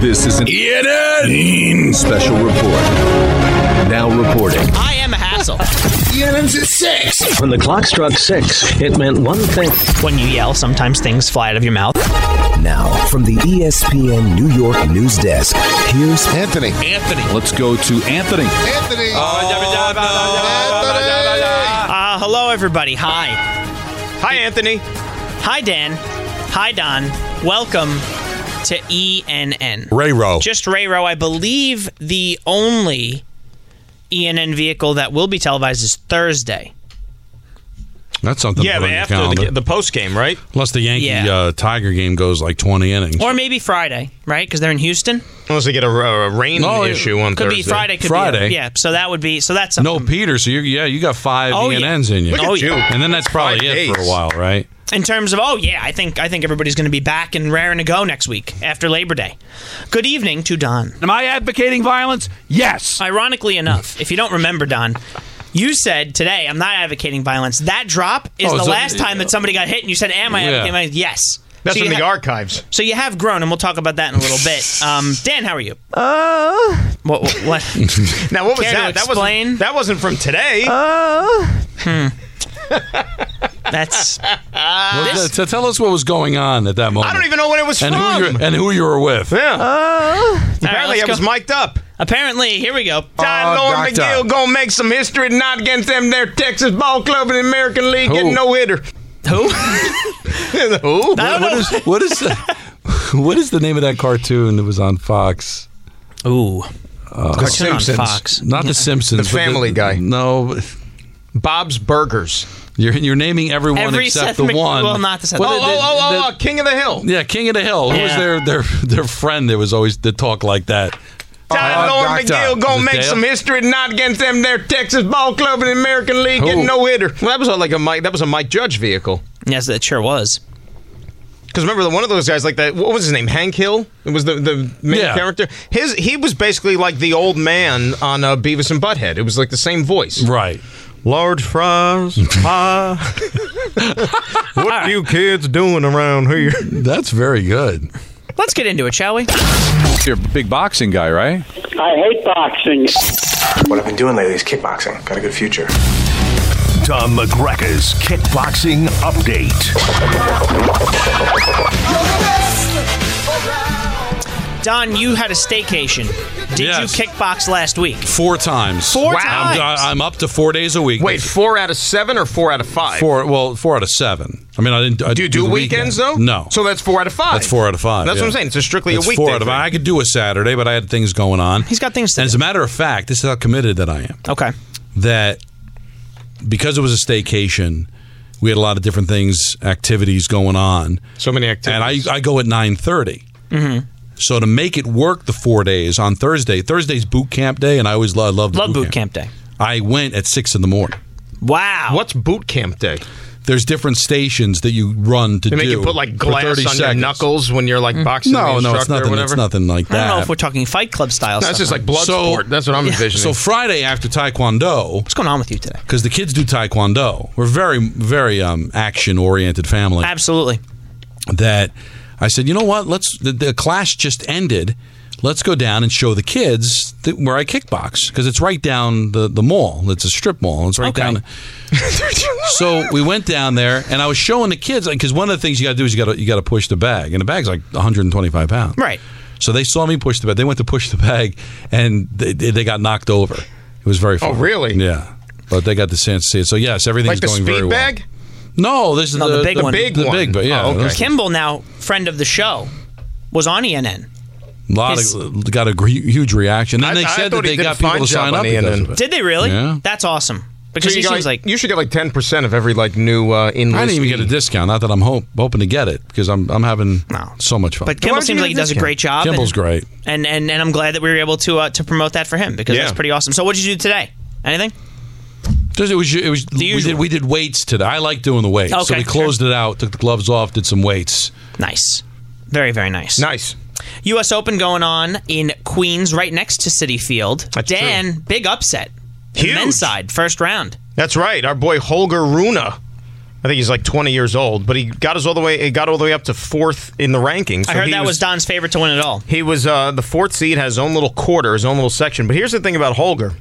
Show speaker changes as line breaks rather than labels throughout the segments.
This is an ENN special report. Now reporting.
I am a hassle.
ENN's at 6.
When the clock struck six, it meant one thing.
When you yell, sometimes things fly out of your mouth.
Now, from the
E
ESPN New York news desk, here's
Anthony.
Anthony. Let's go to Anthony.
Anthony.
Uh, hello, everybody. Hi.
Hi, Anthony.
Hi, Dan. Hi, Don. Welcome to ENN.
Ray Rowe.
Just Rayro, I believe the only ENN vehicle that will be televised is Thursday.
That's something
Yeah,
to put
but
on your
after
calendar.
the, the post game, right?
Unless the Yankee
Yeah.
uh, Tiger game goes like 20 innings.
Or maybe Friday, right? Because they're in Houston.
Unless they get a, a rain
No, it
issue on
Could be
Thursday.
Friday. Could
Friday.
Be, yeah. So that would be. So that's something.
no, Peter. So you yeah, you got five
Oh, yeah.
ENNs in you.
Look at Oh, you. yeah.
And then that's probably
Five
it for a
days.
while, right?
in terms of oh yeah i think i think everybody's going to be back and raring to go next week after labor day good evening to don
Am I advocating violence? Yes.
ironically enough if you don't remember don you said today i'm not advocating violence that drop is
Oh,
the
so-
last time that somebody got hit and you said am i
Yeah.
advocating violence? yes
That's
so
in
you
the
ha-
archives.
so you have grown and we'll talk about that in a little bit um, dan how are you uh what what, what?
Now, what was
Care to
that? That
explain?
wasn't, that wasn't from today.
that's
Well, t- t- tell us what was going on at that moment.
I don't even know when it was
and
from.
who you and who you were with.
yeah.
let's
Apparently, I was
go.
mic'd up.
apparently here we go
Ty
Oh,
Lauren
doctor.
McGill gonna make some history tonight against them there Texas ball club in the American League
Who?
getting no hitter.
who
Who?
I don't
What is what is the, what is the name of that cartoon that was on Fox?
know. ooh
The
Turn on Fox.
Not The Simpsons.
The
but
Family Guy.
No,
Bob's Burgers.
you're you're naming everyone
Every
except
Seth
the
Mac-
one.
well, not the Seth-
Oh,
Well,
oh,
they- they-
oh,
they-
oh, oh, King of the Hill.
Yeah, King of the Hill. Who was
Yeah.
their their their friend that was always that talked like that?
Ty
Oh,
Lauren
doctor.
McGill
Is
gonna
it
make
Dale?
some history tonight against them there Texas ball club in the American League
Who?
getting no hitter. Well, that was like a Mike. That was a Mike Judge vehicle.
yes it sure was
Because remember, the- one of those guys, like that, what was his name? Hank Hill? It was the, the main
Yeah.
character. His He was basically like the old man on uh, Beavis and Butthead. It was like the same voice.
Right.
Large fries, pie. what you kids doing around here?
That's very good.
let's get into it shall we
You're a big boxing guy, right?
I hate boxing.
What I've been doing lately is kickboxing. Got a good future.
Tom McGregor's Kickboxing Update.
Don, you had a staycation. Did
Yes.
you kickbox last week?
Four times.
Four
I'm-
times?
I'm, up to four days a week.
Wait, four out of seven or four out of five?
Four. Well, four out of seven. I mean, I didn't. I
Do you
didn't
do,
the
weekends,
weekend.
though?
No.
So that's four out of five.
That's four out of five.
That's
yeah.
what I'm saying. It's a strictly
It's
a weekday.
Four out of
thing.
five. I could do a Saturday, but I had things going on.
He's got things to
And as
do.
a matter of fact, this is how committed that I am.
Okay.
That because it was a staycation, we had a lot of different things, activities going on.
So many activities.
And I, I go at nine
Mm-hmm.
So to make it work, the four days on Thursday, Thursday's boot camp day, and I always love loved
Love
boot,
boot camp day.
I went at six in the morning.
Wow.
What's boot camp day?
There's different stations that you run to
They
do.
make you put like
for
glass
30
on your
seconds. Mm.
knuckles when you're like boxing.
No,
the
no, it's
instructor
nothing.
Or whatever.
It's nothing like
I
that.
don't know if we're talking Fight Club style.
That's
stuff.
just like blood
So-
sport. That's what I'm
so
envisioning.
Friday after Taekwondo,
What's going on with you today?
because the kids do Taekwondo. We're very, very um, action-oriented family.
Absolutely.
that I said, you know what? Let's the, the class just ended. Let's go down and show the kids that, where I kickbox because it's right down the, the mall. It's a strip mall. It's right
Okay.
down. so we went down there, and I was showing the kids because one of the things you got to do is you got to you got to push the bag, and the bag's like 125 pounds.
Right.
So they saw me push the bag. They went to push the bag, and they, they they got knocked over. It was very. Fun.
Oh, really?
Yeah. But they got the chance to see it. So yes,
like
everything's
the
going very
speed
well.
bag?
No, this is
No, the big
the
one.
big
Big
the
one.
big, but yeah,
Oh, okay.
those-
Kimball, now friend of the show, was on E ENN.
lot
His-
of got a gr- huge reaction. Then
I-
they
I
said
thought
that
he did
they
a
got people
fine
to
job
sign
on
up
the
because
end
of it.
Did they really?
Yeah.
That's awesome. Because he
you got,
seems like,
you should get like ten percent of every like new uh, in.
I didn't even get a discount. Not that I'm hope, hoping to get it because I'm I'm having
No.
so much fun.
but Kimball
would you
seems
get
like he
a
does a great job.
Kimball's
and,
great.
And, and and I'm glad that we were able to uh, to promote that for him because
Yeah.
that's pretty awesome. So what did you do today? Anything?
Just- It was it was we
usual.
did, we did weights today. I like doing the weights, so
Okay,
we
sure.
closed it out, took the gloves off, did some weights.
Nice. Very very nice.
Nice.
U.S. Open going on in Queens, right next to City Field. Dan, big upset. The
Huge.
Men's side, first round.
That's right. Our boy Holger Rune I think he's like 20 years old, but he got us all the way. He got all the way up to fourth in the rankings.
I
So
heard
he
that was Don's favorite to win it all.
He was uh, the fourth seed, had his own little quarter, his own little section. But here's the thing about Holger.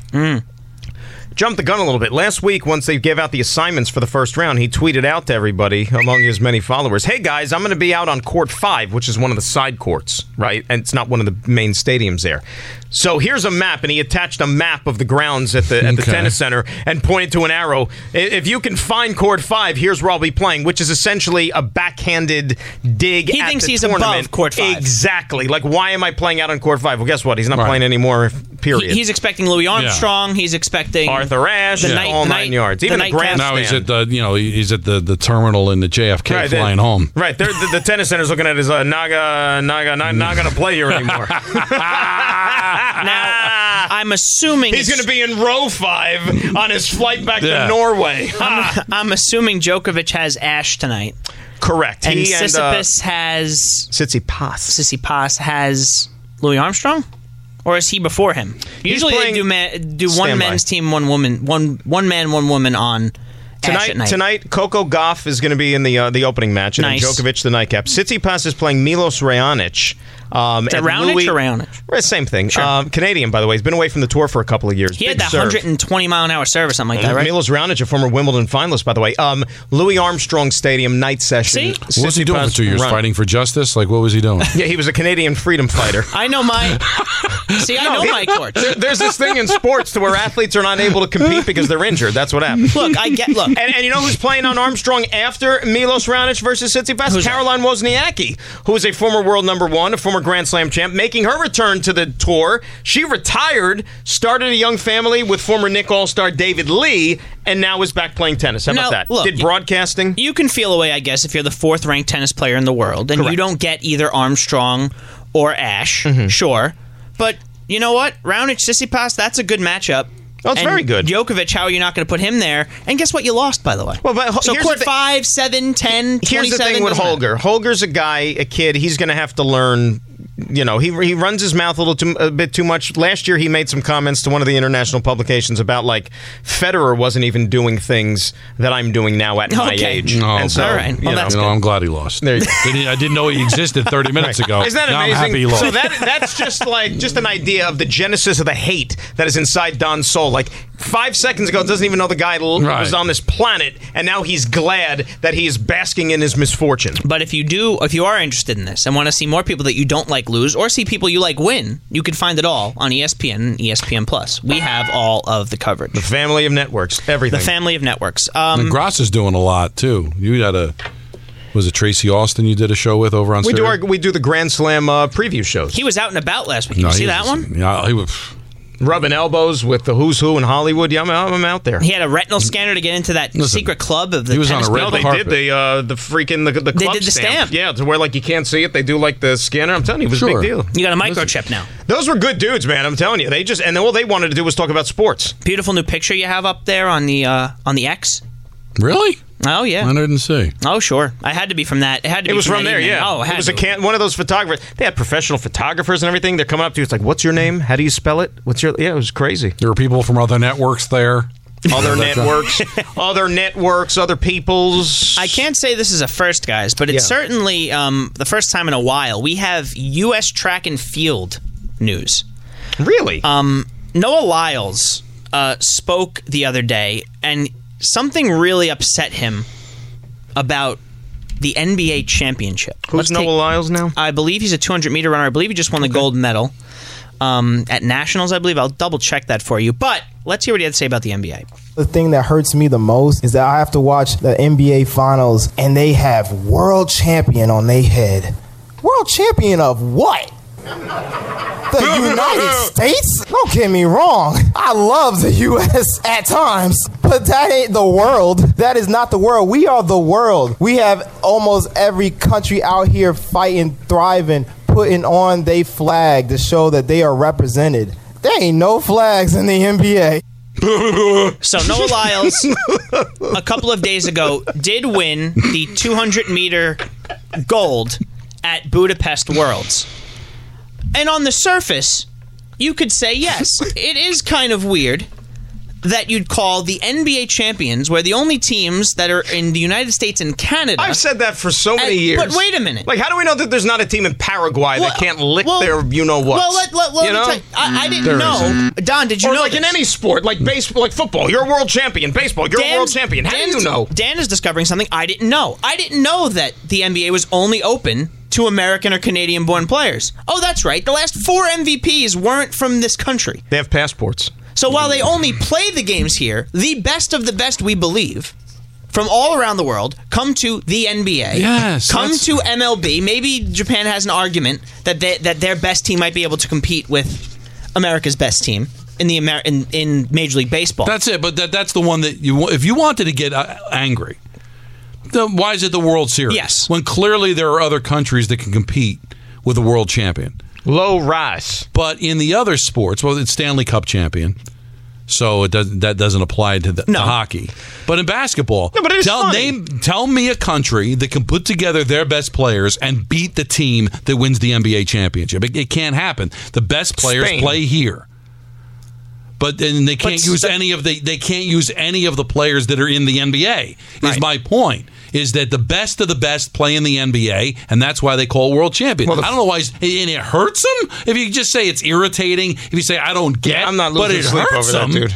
Jumped the gun a little bit. Last week, once they gave out the assignments for the first round, he tweeted out to everybody among his many followers Hey guys, I'm going to be out on court five, which is one of the side courts, right? And it's not one of the main stadiums there. So here's a map, and he attached a map of the grounds at the, at the
Okay.
tennis center and pointed to an arrow. "I- If you can find court five, here's where I'll be playing, which is essentially a backhanded dig
He
at
thinks
the
he's above
tournament.
court five.
Exactly. Like, why am I playing out on court five? Well, guess what? He's not
Right.
playing anymore. Period.
He- he's expecting Louis Armstrong. He's expecting
Arthur Ashe,
the
yeah.
night-
all
the
nine
night-
yards.
the
Even the
night
grand-
cap-
Now he's at
Stand.
the you know he's at the, the terminal in the JFK
Oh, Right,
flying
they-
home.
Right. They're, the, the tennis center's looking at his uh, Naga, Naga, not, not going to play here anymore.
Now I'm assuming
he's going to be in row five on his flight back
Yeah.
to Norway. Ah,
I'm assuming Djokovic has Ash tonight,
correct.
and
he uh,
Sissipas has
Pass.
Sissy Pass has Louis Armstrong, or is he before him? Usually they
playing-
do ma- do one
Standby.
men's team, one woman, one one man, one woman on Ash
Tonight,
at night.
tonight, Coco Goff is going to be in the uh, the opening match, and then
Nice.
Djokovic the nightcap. Tsitsipas is playing Milos Raonic. Um,
Is it
and
Raonic
Louis-
or Raonic?
Right, Same thing. Um, Canadian, by the way, he's been away from the tour for a couple of years.
He had
Big
that
serve.
120 mile an hour serve or something like that, right?
Milos Raonic, a former Wimbledon finalist, by the way. Um, Louis Armstrong Stadium night
See?
session.
What was he doing for
Tsitsipas
two years?
run.
Fighting for justice? Like what was he doing?
Yeah, he was a Canadian freedom fighter.
I know my. see, I know my courts.
There- There's this thing in sports to where athletes are not able to compete because they're injured. That's what happened.
Look, I get. Look,
And, and you know who's playing on Armstrong after Milos Raonic versus Tsitsipas?
Who's that?
Caroline Wozniacki, who is a former world number one, a former Grand Slam champ, making her return to the tour. She retired, started a young family with former Nick All Star David Lee, and now is back playing tennis. How
Now,
about that?
look,
Did
y-
broadcasting?
you can feel away, I guess, if you're the fourth ranked tennis player in the world and you don't get either Armstrong or Ash,
Mm-hmm.
sure. But you know what? Raonic Sissipas, that's a good matchup.
Oh, it's
And
very good.
Djokovic, how are you not going to put him there? And guess what? You lost, by the way.
Well, but ho-
so
here's
court
the thi-
five, seven, ten,
Here's the
27,
thing with
doesn't matter.
Holger. Holger's a guy, a kid. He's going to have to learn. You know, he he runs his mouth a little too, a bit too much. Last year, he made some comments to one of the international publications about like Federer wasn't even doing things that I'm doing now at my
Okay.
age.
Oh,
and so,
All right. Well,
you know,
that's
you know, I'm glad he lost.
There you go.
Didn't- I didn't know he existed 30 minutes ago.
Isn't that
now
amazing?
I'm happy he lost.
So that that's just like just an idea of the genesis of the hate that is inside Don's soul. Like five seconds ago, doesn't even know the guy l-
Right.
was on this planet, and now he's glad that he is basking in his misfortune.
But if you do, if you are interested in this and want to see more people that you don't like lose, or see people you like win, you can find it all on E ESPN and ESPN Plus. We have all of the coverage, the,
Family of networks, everything.
family of networks. Um,
And Gross is doing a lot too. You had a was it Tracy Austin you did a show with over on
we do
Sirius?
our we do the Grand Slam uh, preview shows,
he was out and about last week. Did
No,
you see
he
that
was-
one?
Yeah, he was.
rubbing elbows with the who's who in Hollywood. Yeah, I'm, I'm out there.
He had a retinal scanner to get into that
Mm. Listen,
secret club of the
he was on
tennis
a red
No,
people.
they
carpet.
did the uh, the freaking the, the club
They did the stamp.
Yeah, to where like you can't see it. They do like the scanner. I'm telling you, it was a
Sure.
big deal.
You got a microchip now.
Those were good dudes, man. I'm telling you, they just and all they wanted to do was talk about sports.
Beautiful new picture you have up there on the uh, on the X.
Really?
Oh
I
yeah.
didn't see.
Oh sure. I had to be from that. It had to.
It
be
was from
that
there,
evening.
yeah.
Oh,
it
had
was
to
a
be.
can. One of those photographers. They had professional photographers and everything. They're coming up to you. It's like, what's your name? How do you spell it? What's your? Yeah, it was crazy.
There were people from other networks there.
Other
That's right.
networks, other networks, other people's.
I can't say this is a first, guys, but it's
Yeah.
certainly um, the first time in a while we have U.S. track and field news.
really.
Uh, Noah Lyles uh, spoke the other day, and something really upset him about the NBA championship.
Who's
Let's
Noah
take-
Lyles now?
I believe he's a 200 meter runner. I believe he just won the gold medal um, at nationals. I believe I'll double check that for you. But let's hear what he had to say about the NBA.
The thing that hurts me the most is that I have to watch the NBA finals and they have world champion on their head. World champion of what? The United States? Don't get me wrong. I love the US at times, but that ain't the world. That is not the world. We are the world. We have almost every country out here fighting, thriving, putting on their flag to show that they are represented. There ain't no flags in the NBA.
So Noah Lyles, a couple of days ago, did win the 200 meter gold at Budapest Worlds. And on the surface, you could say yes, it is kind of weird that you'd call the NBA champions, where the only teams that are in the United States and Canada.
I've said that for so many
And-
years.
but wait a minute.
Like, how do we know that there's not a team in Paraguay
Well,
that can't lick
well,
their you know what?
Well, let, let, let
you
me
know?
tell you, I, I didn't
There
know. Don, did you
or
know?
like in
this?
any sport, like baseball, like football, you're a world champion. Baseball, you're a world
Dan's-
champion. How do
Dan's-
you know?
Dan is discovering something I didn't know. I didn't know that the NBA was only open to American or Canadian born players. Oh, that's right. The last four MVPs weren't from this country.
They have passports.
So while they only play the games here, the best of the best, we believe, from all around the world, come to the NBA.
Yes,
Come
that's-
to MLB. Maybe Japan has an argument that they, that their best team might be able to compete with America's best team in the Amer- in, in Major League Baseball.
That's it. But that, that's the one that you if you wanted to get uh, angry, then why is it the World Series?
Yes.
When clearly there are other countries that can compete with a world champion.
Low rise.
But in the other sports, well, it's Stanley Cup champion. So it does, that doesn't apply to, the, to hockey, but in basketball,
No, but it is
tell
funny.
name tell me a country that can put together their best players and beat the team that wins the NBA championship. It, it can't happen. The best players
Spain.
play here, but then they can't use any of the they can't use any of the players that are in the NBA. Is my point is that the best of the best play in the NBA, and that's why they call it world champion. I don't know why, it's- and it hurts them. If you just say it's irritating, if you say I don't get,
I'm not
but
losing
it
sleep
hurts
over
them.
that, dude.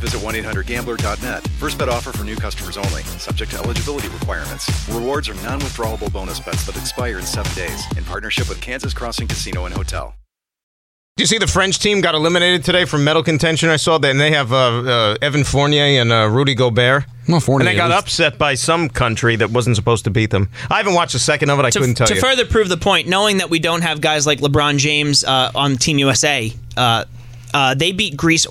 visit 1 800 Gambler.net. First bet offer for new customers only, subject to eligibility requirements. Rewards are non withdrawable bonus bets that expire in seven days in partnership with Kansas Crossing Casino and Hotel.
Do you see the French team got eliminated today from medal contention? I saw that, and they have uh, uh, Evan Fournier and uh, Rudy Gobert.
Well, Fournier
and they got
is-
upset by some country that wasn't supposed to beat them. I haven't watched a second of it. I
to,
couldn't tell
to
you.
further prove the point, knowing that we don't have guys like LeBron James uh, on Team USA, uh, uh, they beat Greece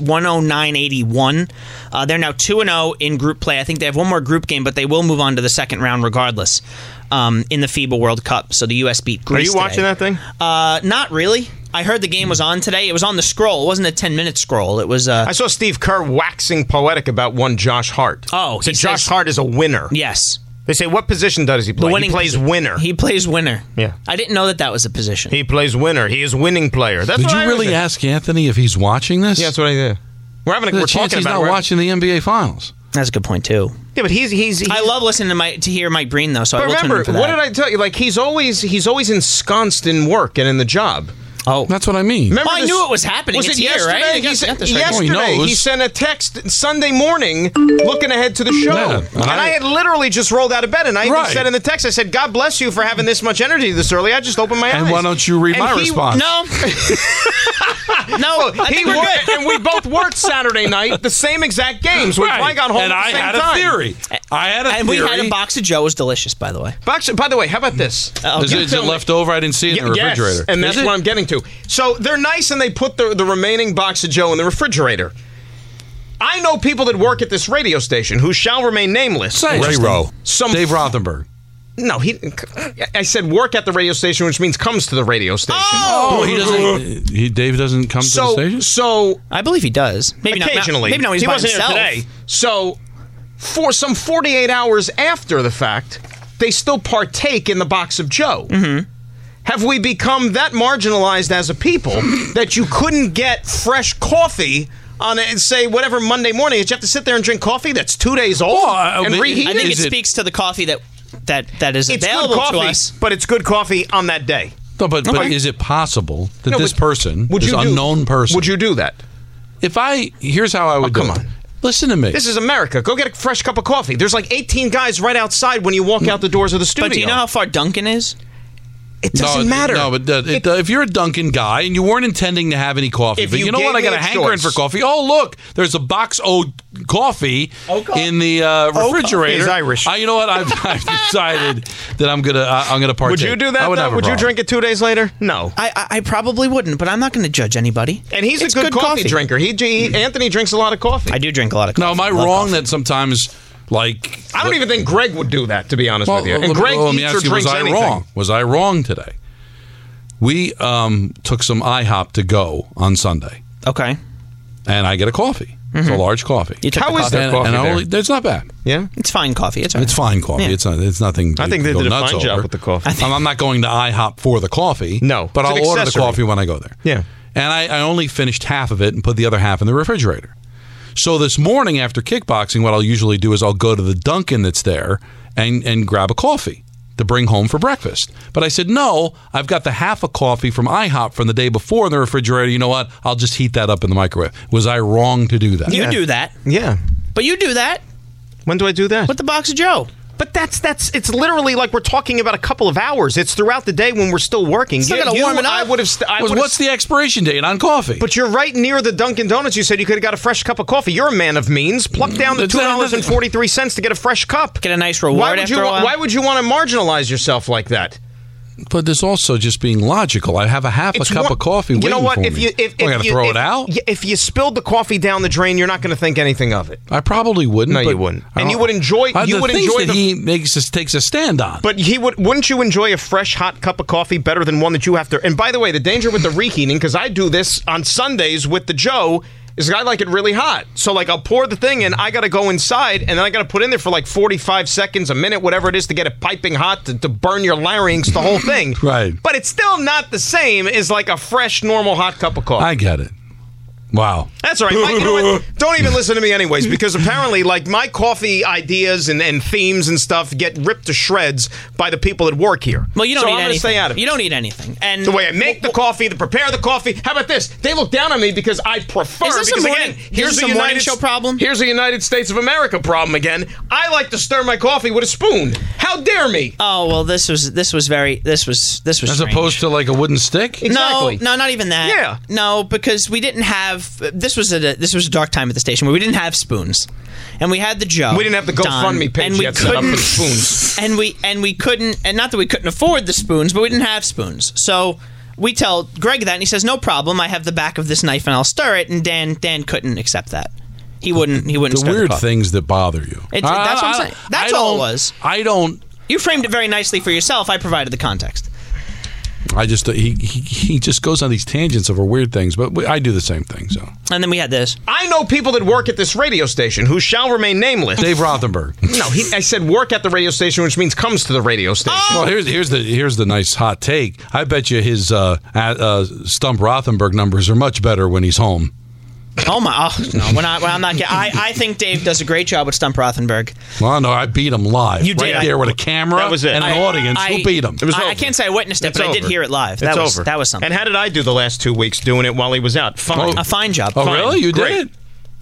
109-81. Uh, they're now 2-0 in group play. I think they have one more group game, but they will move on to the second round regardless um, in the FIBA World Cup. So the U.S. beat
Are
Greece
you watching
today.
that thing?
Uh, not really. I heard the game was on today. It was on the scroll. It wasn't a 10-minute scroll. It was... Uh,
I saw Steve Kerr waxing poetic about one Josh Hart.
Oh,
so
he
Josh
says-
Hart is a winner.
yes.
They say what position does he play? He plays
posi-
winner.
He plays winner.
Yeah.
I didn't know that that was a position.
He plays winner. He is winning player. That's
Did
what
you
I
really
think.
ask Anthony if he's watching this?
Yeah, that's what I did. We're having a,
There's
we're
a chance
talking
he's
about
not
it.
watching the NBA Finals.
That's a good point, too.
Yeah, but he's he's. he's
I love listening to my to hear Mike Breen though. So I
But
will tune
remember,
in for that.
what did I tell you? Like he's always he's always ensconced in work and in the job.
Oh,
That's what I mean.
Remember
Well, I
this-
knew it was happening.
Was
It's
it
here,
yesterday?
right? I
He
got-
said-
got this right.
yesterday,
Well, he
he,
knows.
sent a text Sunday morning, looking ahead to the show,
Yeah, and
and I,
I-
had literally just rolled out of bed, and I even
Right.
said in the text, I said, "God bless you for having this much energy this early." I just opened my eyes.
And why don't you read
And
my
he-
response?
No. no. I
He
think we're
worked,
good.
and we both worked Saturday night, the same exact games. We
Right.
I got home
and
at the
I
same
had
time.
a theory. I had a
And we
theory.
had a box of Joe. It was delicious, by the way.
But actually, by the way, how about this?
Is,
You
it, is
tell
it
me-
left over? I didn't see it in the
Ye- yes,
refrigerator.
and
Is
that's
it?
what I'm getting to. So they're nice and they put the, the remaining box of Joe in the refrigerator. I know people that work at this radio station who shall remain nameless.
Ray Rowe,
Some-
Dave Rothenberg.
No, he. I said work at the radio station, which means comes to the radio station.
Oh, he doesn't. He, Dave doesn't come to the
so
station.
so
I believe he does. Maybe not-
occasionally.
Not, maybe not. when He's
he
by
wasn't
himself.
here today. So for some 48 hours after the fact, they still partake in the box of Joe. Mm-hmm. Have we become that marginalized as a people that you couldn't get fresh coffee on a, say whatever Monday morning? That you have to sit there and drink coffee that's two days old
Well, I-
and
I-
reheat
uh, I
it?
think it
Is it-
speaks to the coffee that that that is
It's
available
good coffee,
to us.
but it's good coffee on that day.
No, but, but
Okay.
is it possible that
No,
this
but
person,
would
this
you do-
unknown person,
Would you do that?
If I here's how I would
come
do it.
on.
Listen to me.
This is America. Go get a fresh cup of coffee. There's like 18 guys right outside when you walk out the doors of the studio.
But do you know how far Duncan is? It doesn't
no,
matter.
No, but uh, it, uh, if you're a Dunkin' guy and you weren't intending to have any coffee,
If
but
you
you, know what?
gave
I got
me
a
a
hankering
choice.
for coffee. Oh, look, there's a box of coffee in the uh,
coffee is
refrigerator.
Irish.
Uh, you know what? I've, I've decided that I'm gonna uh, I'm gonna partake.
Would you do that?
I would
though?
have a
would you
problem.
drink it two days later? No.
I, I, I probably wouldn't, but I'm not going to judge anybody.
And he's
It's
a good,
good
coffee, Mm-hmm.
coffee.
drinker. He, he Anthony drinks a lot of coffee.
I do drink a lot of coffee.
No, am I
Love
wrong
coffee.
that sometimes like
I don't even think Greg would do that, to be honest with you.
let
And
me-
Greg
let me
eats
ask
or
you, was
drinks
I
anything.
wrong? Was I wrong today? We um, took some IHOP to go on Sunday,
Okay.
and I get a coffee. It's
Mm-hmm.
a large coffee.
You took
How
the
is
coffee.
there
and,
coffee
and I
there?
only, it's not bad.
Yeah,
It's fine coffee. It's, all
It's
right.
fine coffee.
Yeah.
It's not, it's nothing.
I think
to
they
go
did a
nuts
fine job
over.
with the coffee. I
I'm- I'm not going to IHOP for the coffee.
No,
but
it's
I'll
an
order the
accessory.
coffee when I go there.
Yeah.
and I, I only finished half of it and put the other half in the refrigerator. So this morning after kickboxing, what I'll usually do is I'll go to the Dunkin' that's there and and grab a coffee to bring home for breakfast. But I said no, I've got the half a coffee from IHOP from the day before in the refrigerator. You know what? I'll just heat that up in the microwave. Was I wrong to do that?
You do that.
yeah.
But you do that
When do I do that?
with the box of Joe.
But that's that's it's literally like we're talking about a couple of hours. It's throughout the day when we're still working.
not gonna
you,
warm it up.
I would have. St- I
Was,
would've-
what's the expiration date on coffee?
But you're right near the Dunkin' Donuts. You said you could have got a fresh cup of coffee. You're a man of means. Pluck down the
It's-
two dollars and forty three cents to get a fresh cup.
Get a nice reward
Why would
after
you?
a while.
Why would you want to marginalize yourself like that?
But there's also just being logical. I have a half a cup
one-
of coffee.
You
waiting
know what?
For
if
me.
you if,
am I
if
gonna
you-
throw
if-
it out.
y- if you spilled the coffee down the drain, you're not going to think anything of it.
I probably wouldn't.
No, you
but
wouldn't.
I
And
don't-
you would enjoy-
Uh,
you
the
would
things
enjoy
that
the-
he makes us takes a stand on.
But he would. Wouldn't you enjoy a fresh hot cup of coffee better than one that you have to? And by the way, the danger with the reheating, because I do this on Sundays with the Joe. Is I like it really hot, so like I'll pour the thing in. I gotta go inside, and then I gotta put in there for like forty-five seconds, a minute, whatever it is, to get it piping hot to, to burn your larynx, the whole thing.
Right.
But it's still not the same as like a fresh, normal hot cup of coffee.
I get it. Wow.
That's all right. Mike, you know what? Don't even listen to me, anyways, because apparently, like my coffee ideas and, and themes and stuff get ripped to shreds by the people at work here.
Well, you don't
so
need
I'm gonna
anything.
stay out of it.
You don't need anything. And
the way I make the coffee, the prepare the coffee. How about this? They look down on me because I prefer.
Is this a
because
morning-
again,
is
here's
this
a
a morning
United
show
S-
problem?
Here's a United States of America problem again. I like to stir my coffee with a spoon. How dare me?
Oh well, this was this was very this was this was
As
strange.
opposed to like a wooden stick.
Exactly.
No, no, not even that.
Yeah.
No, because we didn't have this was a this was a dark time at the station where we didn't have spoons, and we had the Joe.
We didn't have the
Don,
GoFundMe page
and we
yet set up for
couldn't
the spoons.
and we and we couldn't and not that we couldn't afford the spoons, but we didn't have spoons. So we tell Greg that, and he says, "No problem. I have the back of this knife, and I'll stir it." And Dan Dan couldn't accept that. He wouldn't. He wouldn't.
The
stir
weird
the coffee.
things that bother you.
It's- that's what I'm
I-
saying. That's
I
all it
don't-
was.
I don't.
You framed it very nicely for yourself. I provided the context.
I just he, he he just goes on these tangents over weird things, but we, I do the same thing. So
And then we had this.
I know people that work at this radio station who shall remain nameless.
Dave Rothenberg.
no, he, I said work at the radio station, which means comes to the radio station.
Well, here's here's the here's the nice hot take. I bet you his uh, uh, uh, Stump Rothenberg numbers are much better when he's home.
Oh my! Oh no, we're not. Well, I'm not. get- I I think Dave does a great job with Stump Rothenberg.
Well, no, I beat him live.
You did.
right there with a camera
That was it.
and an
I-
audience. Who beat him?
It was
I, I
over.
can't say I witnessed it,
It's
but I did
over.
hear it live. That
It's
was
over.
that was something.
And how did I do the last two weeks doing it while he was out? Fine.
a fine job.
Oh,
Fine.
really? You
Great.
did?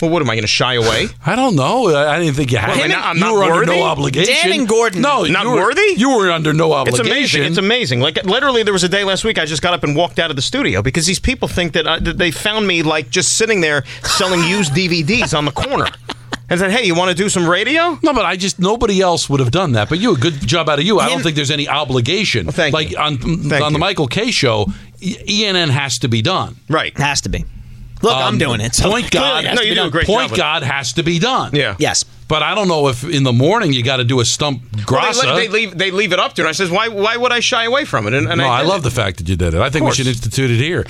Well, what am I going to shy away?
I don't know. I I didn't think you had.
Well,
to.
I'm not- I'm
you
not
were under
worthy?
no
Dan
obligation.
and Gordon.
No,
Not
you were,
worthy?
You were under no
It's
obligation.
amazing. It's amazing. Like literally, there was a day last week I just got up and walked out of the studio because these people think that, I, that they found me like just sitting there selling used DVDs on the corner, and said, "Hey, you want to do some radio?"
No, but I just nobody else would have done that. But you, a good job out of you. I don't
Him-
think there's any obligation.
thank
like
you.
on
Thank
on the
you.
Michael K show, E- ENN has to be done.
Right.
It has to be. Look, I'm
Um,
doing it. So
Point God,
No, you do a great
point
job with it.
God has to be done.
Yeah.
Yes.
But I don't know if in the morning you got to do a stump
Well,
grassa.
they, let- they leave. They leave it up to. It. I says, "Why? Why would I shy away from it?" And, and
no, I,
did
love
it.
the fact that you did it. I think we
course.
should institute it here.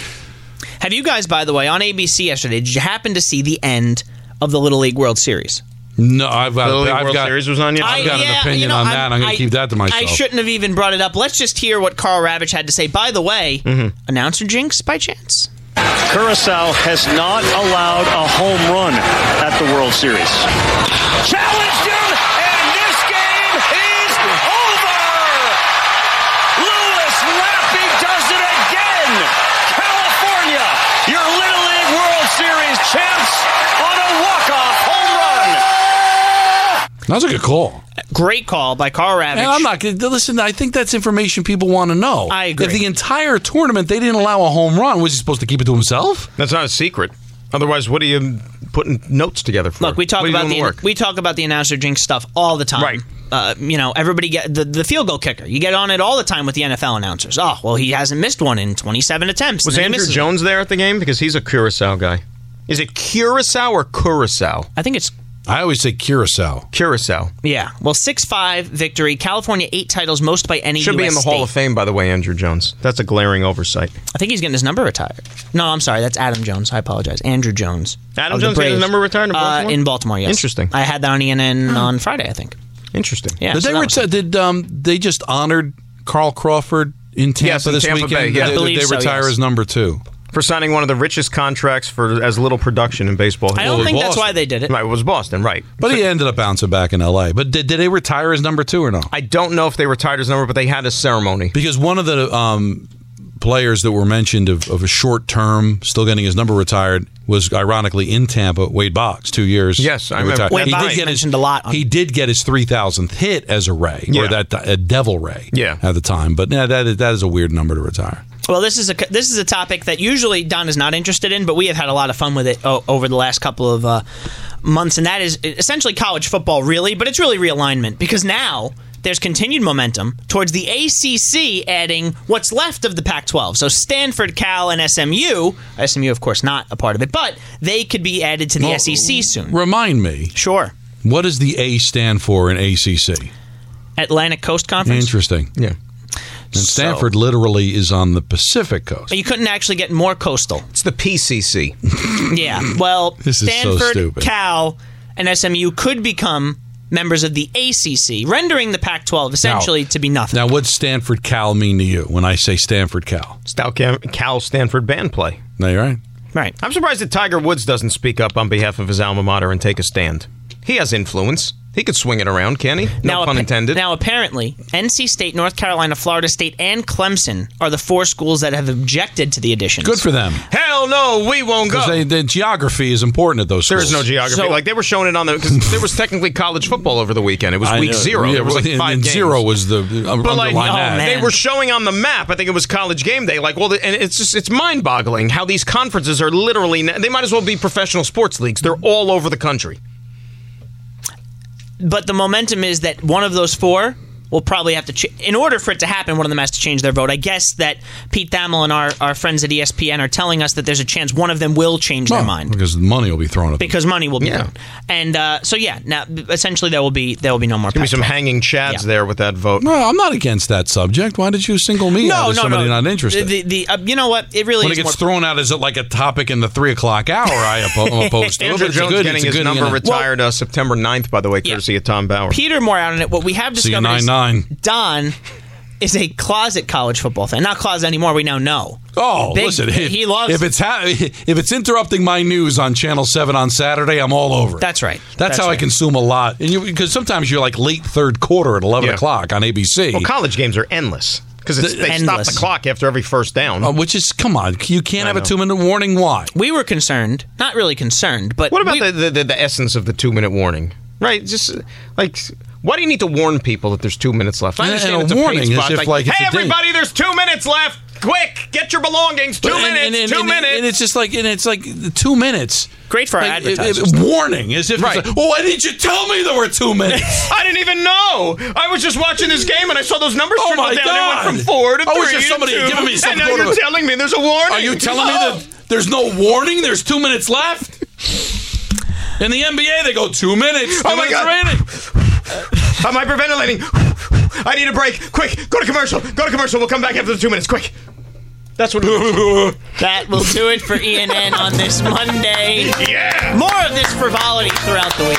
Have you guys, by the way, on ABC yesterday? Did you happen to see the end of the Little League World Series?
No, I've got.
The Little League
I've
World
got,
Series was on yet?
I've
I-
got an
yeah,
opinion
you know,
on that. I'm going
I-
to keep that to myself.
I shouldn't have even brought it up. Let's just hear what Carl Ravitch had to say. By the way,
Mm-hmm.
announcer jinx by chance.
Curacao has not allowed a home run at the World Series. Challenged him, and this game is over. Lewis Lappy does it again. California, your Little League World Series champs on a walk-off home run.
That was a good call.
Great call by Carl Ravage.
And I'm not going to listen. I think that's information people want to know.
I agree.
If the entire tournament they didn't allow a home run, was he supposed to keep it to himself?
That's not a secret. Otherwise, what are you putting notes together for?
Look, we talk
What are you
about
doing
the
to work?
we talk about the announcer jinx stuff all the time.
Right.
Uh, you know, everybody get the, the field goal kicker. You get on it all the time with the NFL announcers. Oh, well, he hasn't missed one in 27 attempts. and
Was
then he
Andrew
misses
Jones there at the game because he's a Curacao guy? Is it Curacao or Curacao?
I think it's.
I always say Curacao.
Curacao
it. Yeah. Well, 6-5 victory. California eight titles, most by any
should be
US
in the
state.
Hall of Fame, by the way. Andrew Jones. That's a glaring oversight.
I think he's getting his number retired. No, I'm sorry. That's Adam Jones. I apologize. Andrew Jones.
Adam
Of the
Jones getting his
Braves.
number retired in Baltimore?
Uh, in Baltimore, yes.
Interesting.
I had that on ENN on Friday, I think.
Interesting.
Yeah.
did
so
they
that
ret-
was-
did um, they just honored Carl Crawford in Tampa
Yes, in
this
Tampa
weekend?
Bay, yeah. I
Did- did
believe
they
so,
retire
yes.
as number two.
for signing one of the richest contracts for as little production in baseball.
I don't
history.
think that's why they did it.
Right, it was Boston, right?
But he ended up bouncing back in L.A. But did, did they retire as number two or no?
I don't know if they retired his number, but they had a ceremony.
Because one of the um, players that were mentioned of, of a short term, still getting his number retired, was ironically in Tampa, Wade Box, two years.
Yes, I remember.
retired.
Wade Boggs
mentioned a lot on-
He did get his three thousandth hit as a Ray
Yeah.
or that uh, Devil Ray.
Yeah.
at the time. But yeah, that is, that is a weird number to retire.
Well, this is a this is a topic that usually Don is not interested in, but we have had a lot of fun with it o- over the last couple of uh, months, and that is e, essentially college football, really. But it's really realignment because now there's continued momentum towards the ACC adding what's left of the Pac-12. So Stanford, Cal, and SMU. SMU, of course, not a part of it, but they could be added to the
Well,
SEC soon.
Remind me,
Sure,
what does the A stand for in ACC?
Atlantic Coast Conference.
Interesting.
Yeah.
And Stanford literally is on the Pacific coast.
But you couldn't actually get more coastal.
It's the PCC.
Yeah. Well,
Mm. This is so
Stanford,
stupid.
Cal, and SMU could become members of the ACC, rendering the Pac-12 essentially to be nothing.
Now, what's Stanford Cal mean to you when I say Stanford Cal?
It's Cal- Cal Stanford band play.
No, you're right.
right.
I'm surprised that Tiger Woods doesn't speak up on behalf of his alma mater and take a stand. He has influence. He could swing it around, can he? No pun
appa-
intended.
Now, apparently, NC State, North Carolina, Florida State, and Clemson are the four schools that have objected to the additions.
Good for them.
Hell no, we won't go.
Because they, the geography is important at those
there is
schools.
no geography.
So-
like they were showing it on the because there was technically college football over the weekend. It was
I
week
know.
zero.
Yeah,
There was like
and-
five
and
games.
zero was the uh,
But like,
underlying
oh,
ad.
man.
they were showing on the map. I think it was College Game Day. Like, well, the, and it's just it's mind boggling how these conferences are literally. They might as well be professional sports leagues. They're all over the country.
But the momentum is that one of those four will probably have to, ch- in order for it to happen, one of them has to change their vote. I guess that Pete Thamel and our, our friends at E ESPN are telling us that there's a chance one of them will change
Well,
their mind.
Because the money will be thrown at them.
because money will be
Yeah.
gone. And uh, so yeah, now essentially there will be there will be no more.
Give me some
Pac-12.
hanging chads
Yeah.
there with that vote.
No, I'm not against that subject. Why did you single me out
No,
as
no,
somebody
no.
not interested?
The, the, uh, you know what? It really
when it
is
gets
more.
thrown out, is it like a topic in the three o'clock hour? I oppo- I'm opposed to. it, but
Andrew
it's a
Jones
good,
getting
it's a
his
good
number
internet-
retired uh, September 9th, by the way, courtesy of Tom Bauer.
Peter more out on it. What we have
See you
discovered is
9-9.
Don is a closet college football fan. Not closet anymore. We now know.
Oh,
Big-
listen! If,
he loves
if
it.
it's ha- if it's interrupting my news on Channel Seven on Saturday, I'm all over. it.
That's right.
That's,
That's
how I
right.
consume a lot, and you because sometimes you're like late third quarter at eleven
Yeah.
o'clock on ABC,
Well, college games are endless because they stop
Endless.
the clock after every first down.
uh, which is come on, you can't have a two minute warning. Why?
We were concerned, not really concerned, but
what about
we-
the, the, the, the essence of the two minute warning? Right? Just uh, like. Why do you need to warn people that there's two minutes left? I
And-
understand
and a
it's a pain
warning is
spot,
if, like, it's
hey,
a date."
everybody, there's two minutes left. Quick, get your belongings. Two
But- and-
minutes.
and- and-
two
and-
minutes.
and it's just like and it's like two minutes.
Great for our
Like, it- it-
advertisers.
warning, as if it's
Right.
like, well, why didn't you tell me there were two minutes?
I didn't even know. I was just watching this game and I saw those numbers
Oh,
trickle
my
down. It
God.
went from four to
I
three.
wish there
and
was somebody
two,
giving me some
And now
sort of
you're
a-
telling me there's a warning.
Are you telling me
Oh.
that there's no warning? There's two minutes left. In the NBA, they go two minutes. two
Oh, my
minutes
God.
remaining.
I'm hyperventilating. I need a break. Quick, go to commercial. Go to commercial. We'll come back after the two minutes. Quick. That's what.
that will do it for ENN on this Monday.
yeah.
More of this frivolity throughout the week.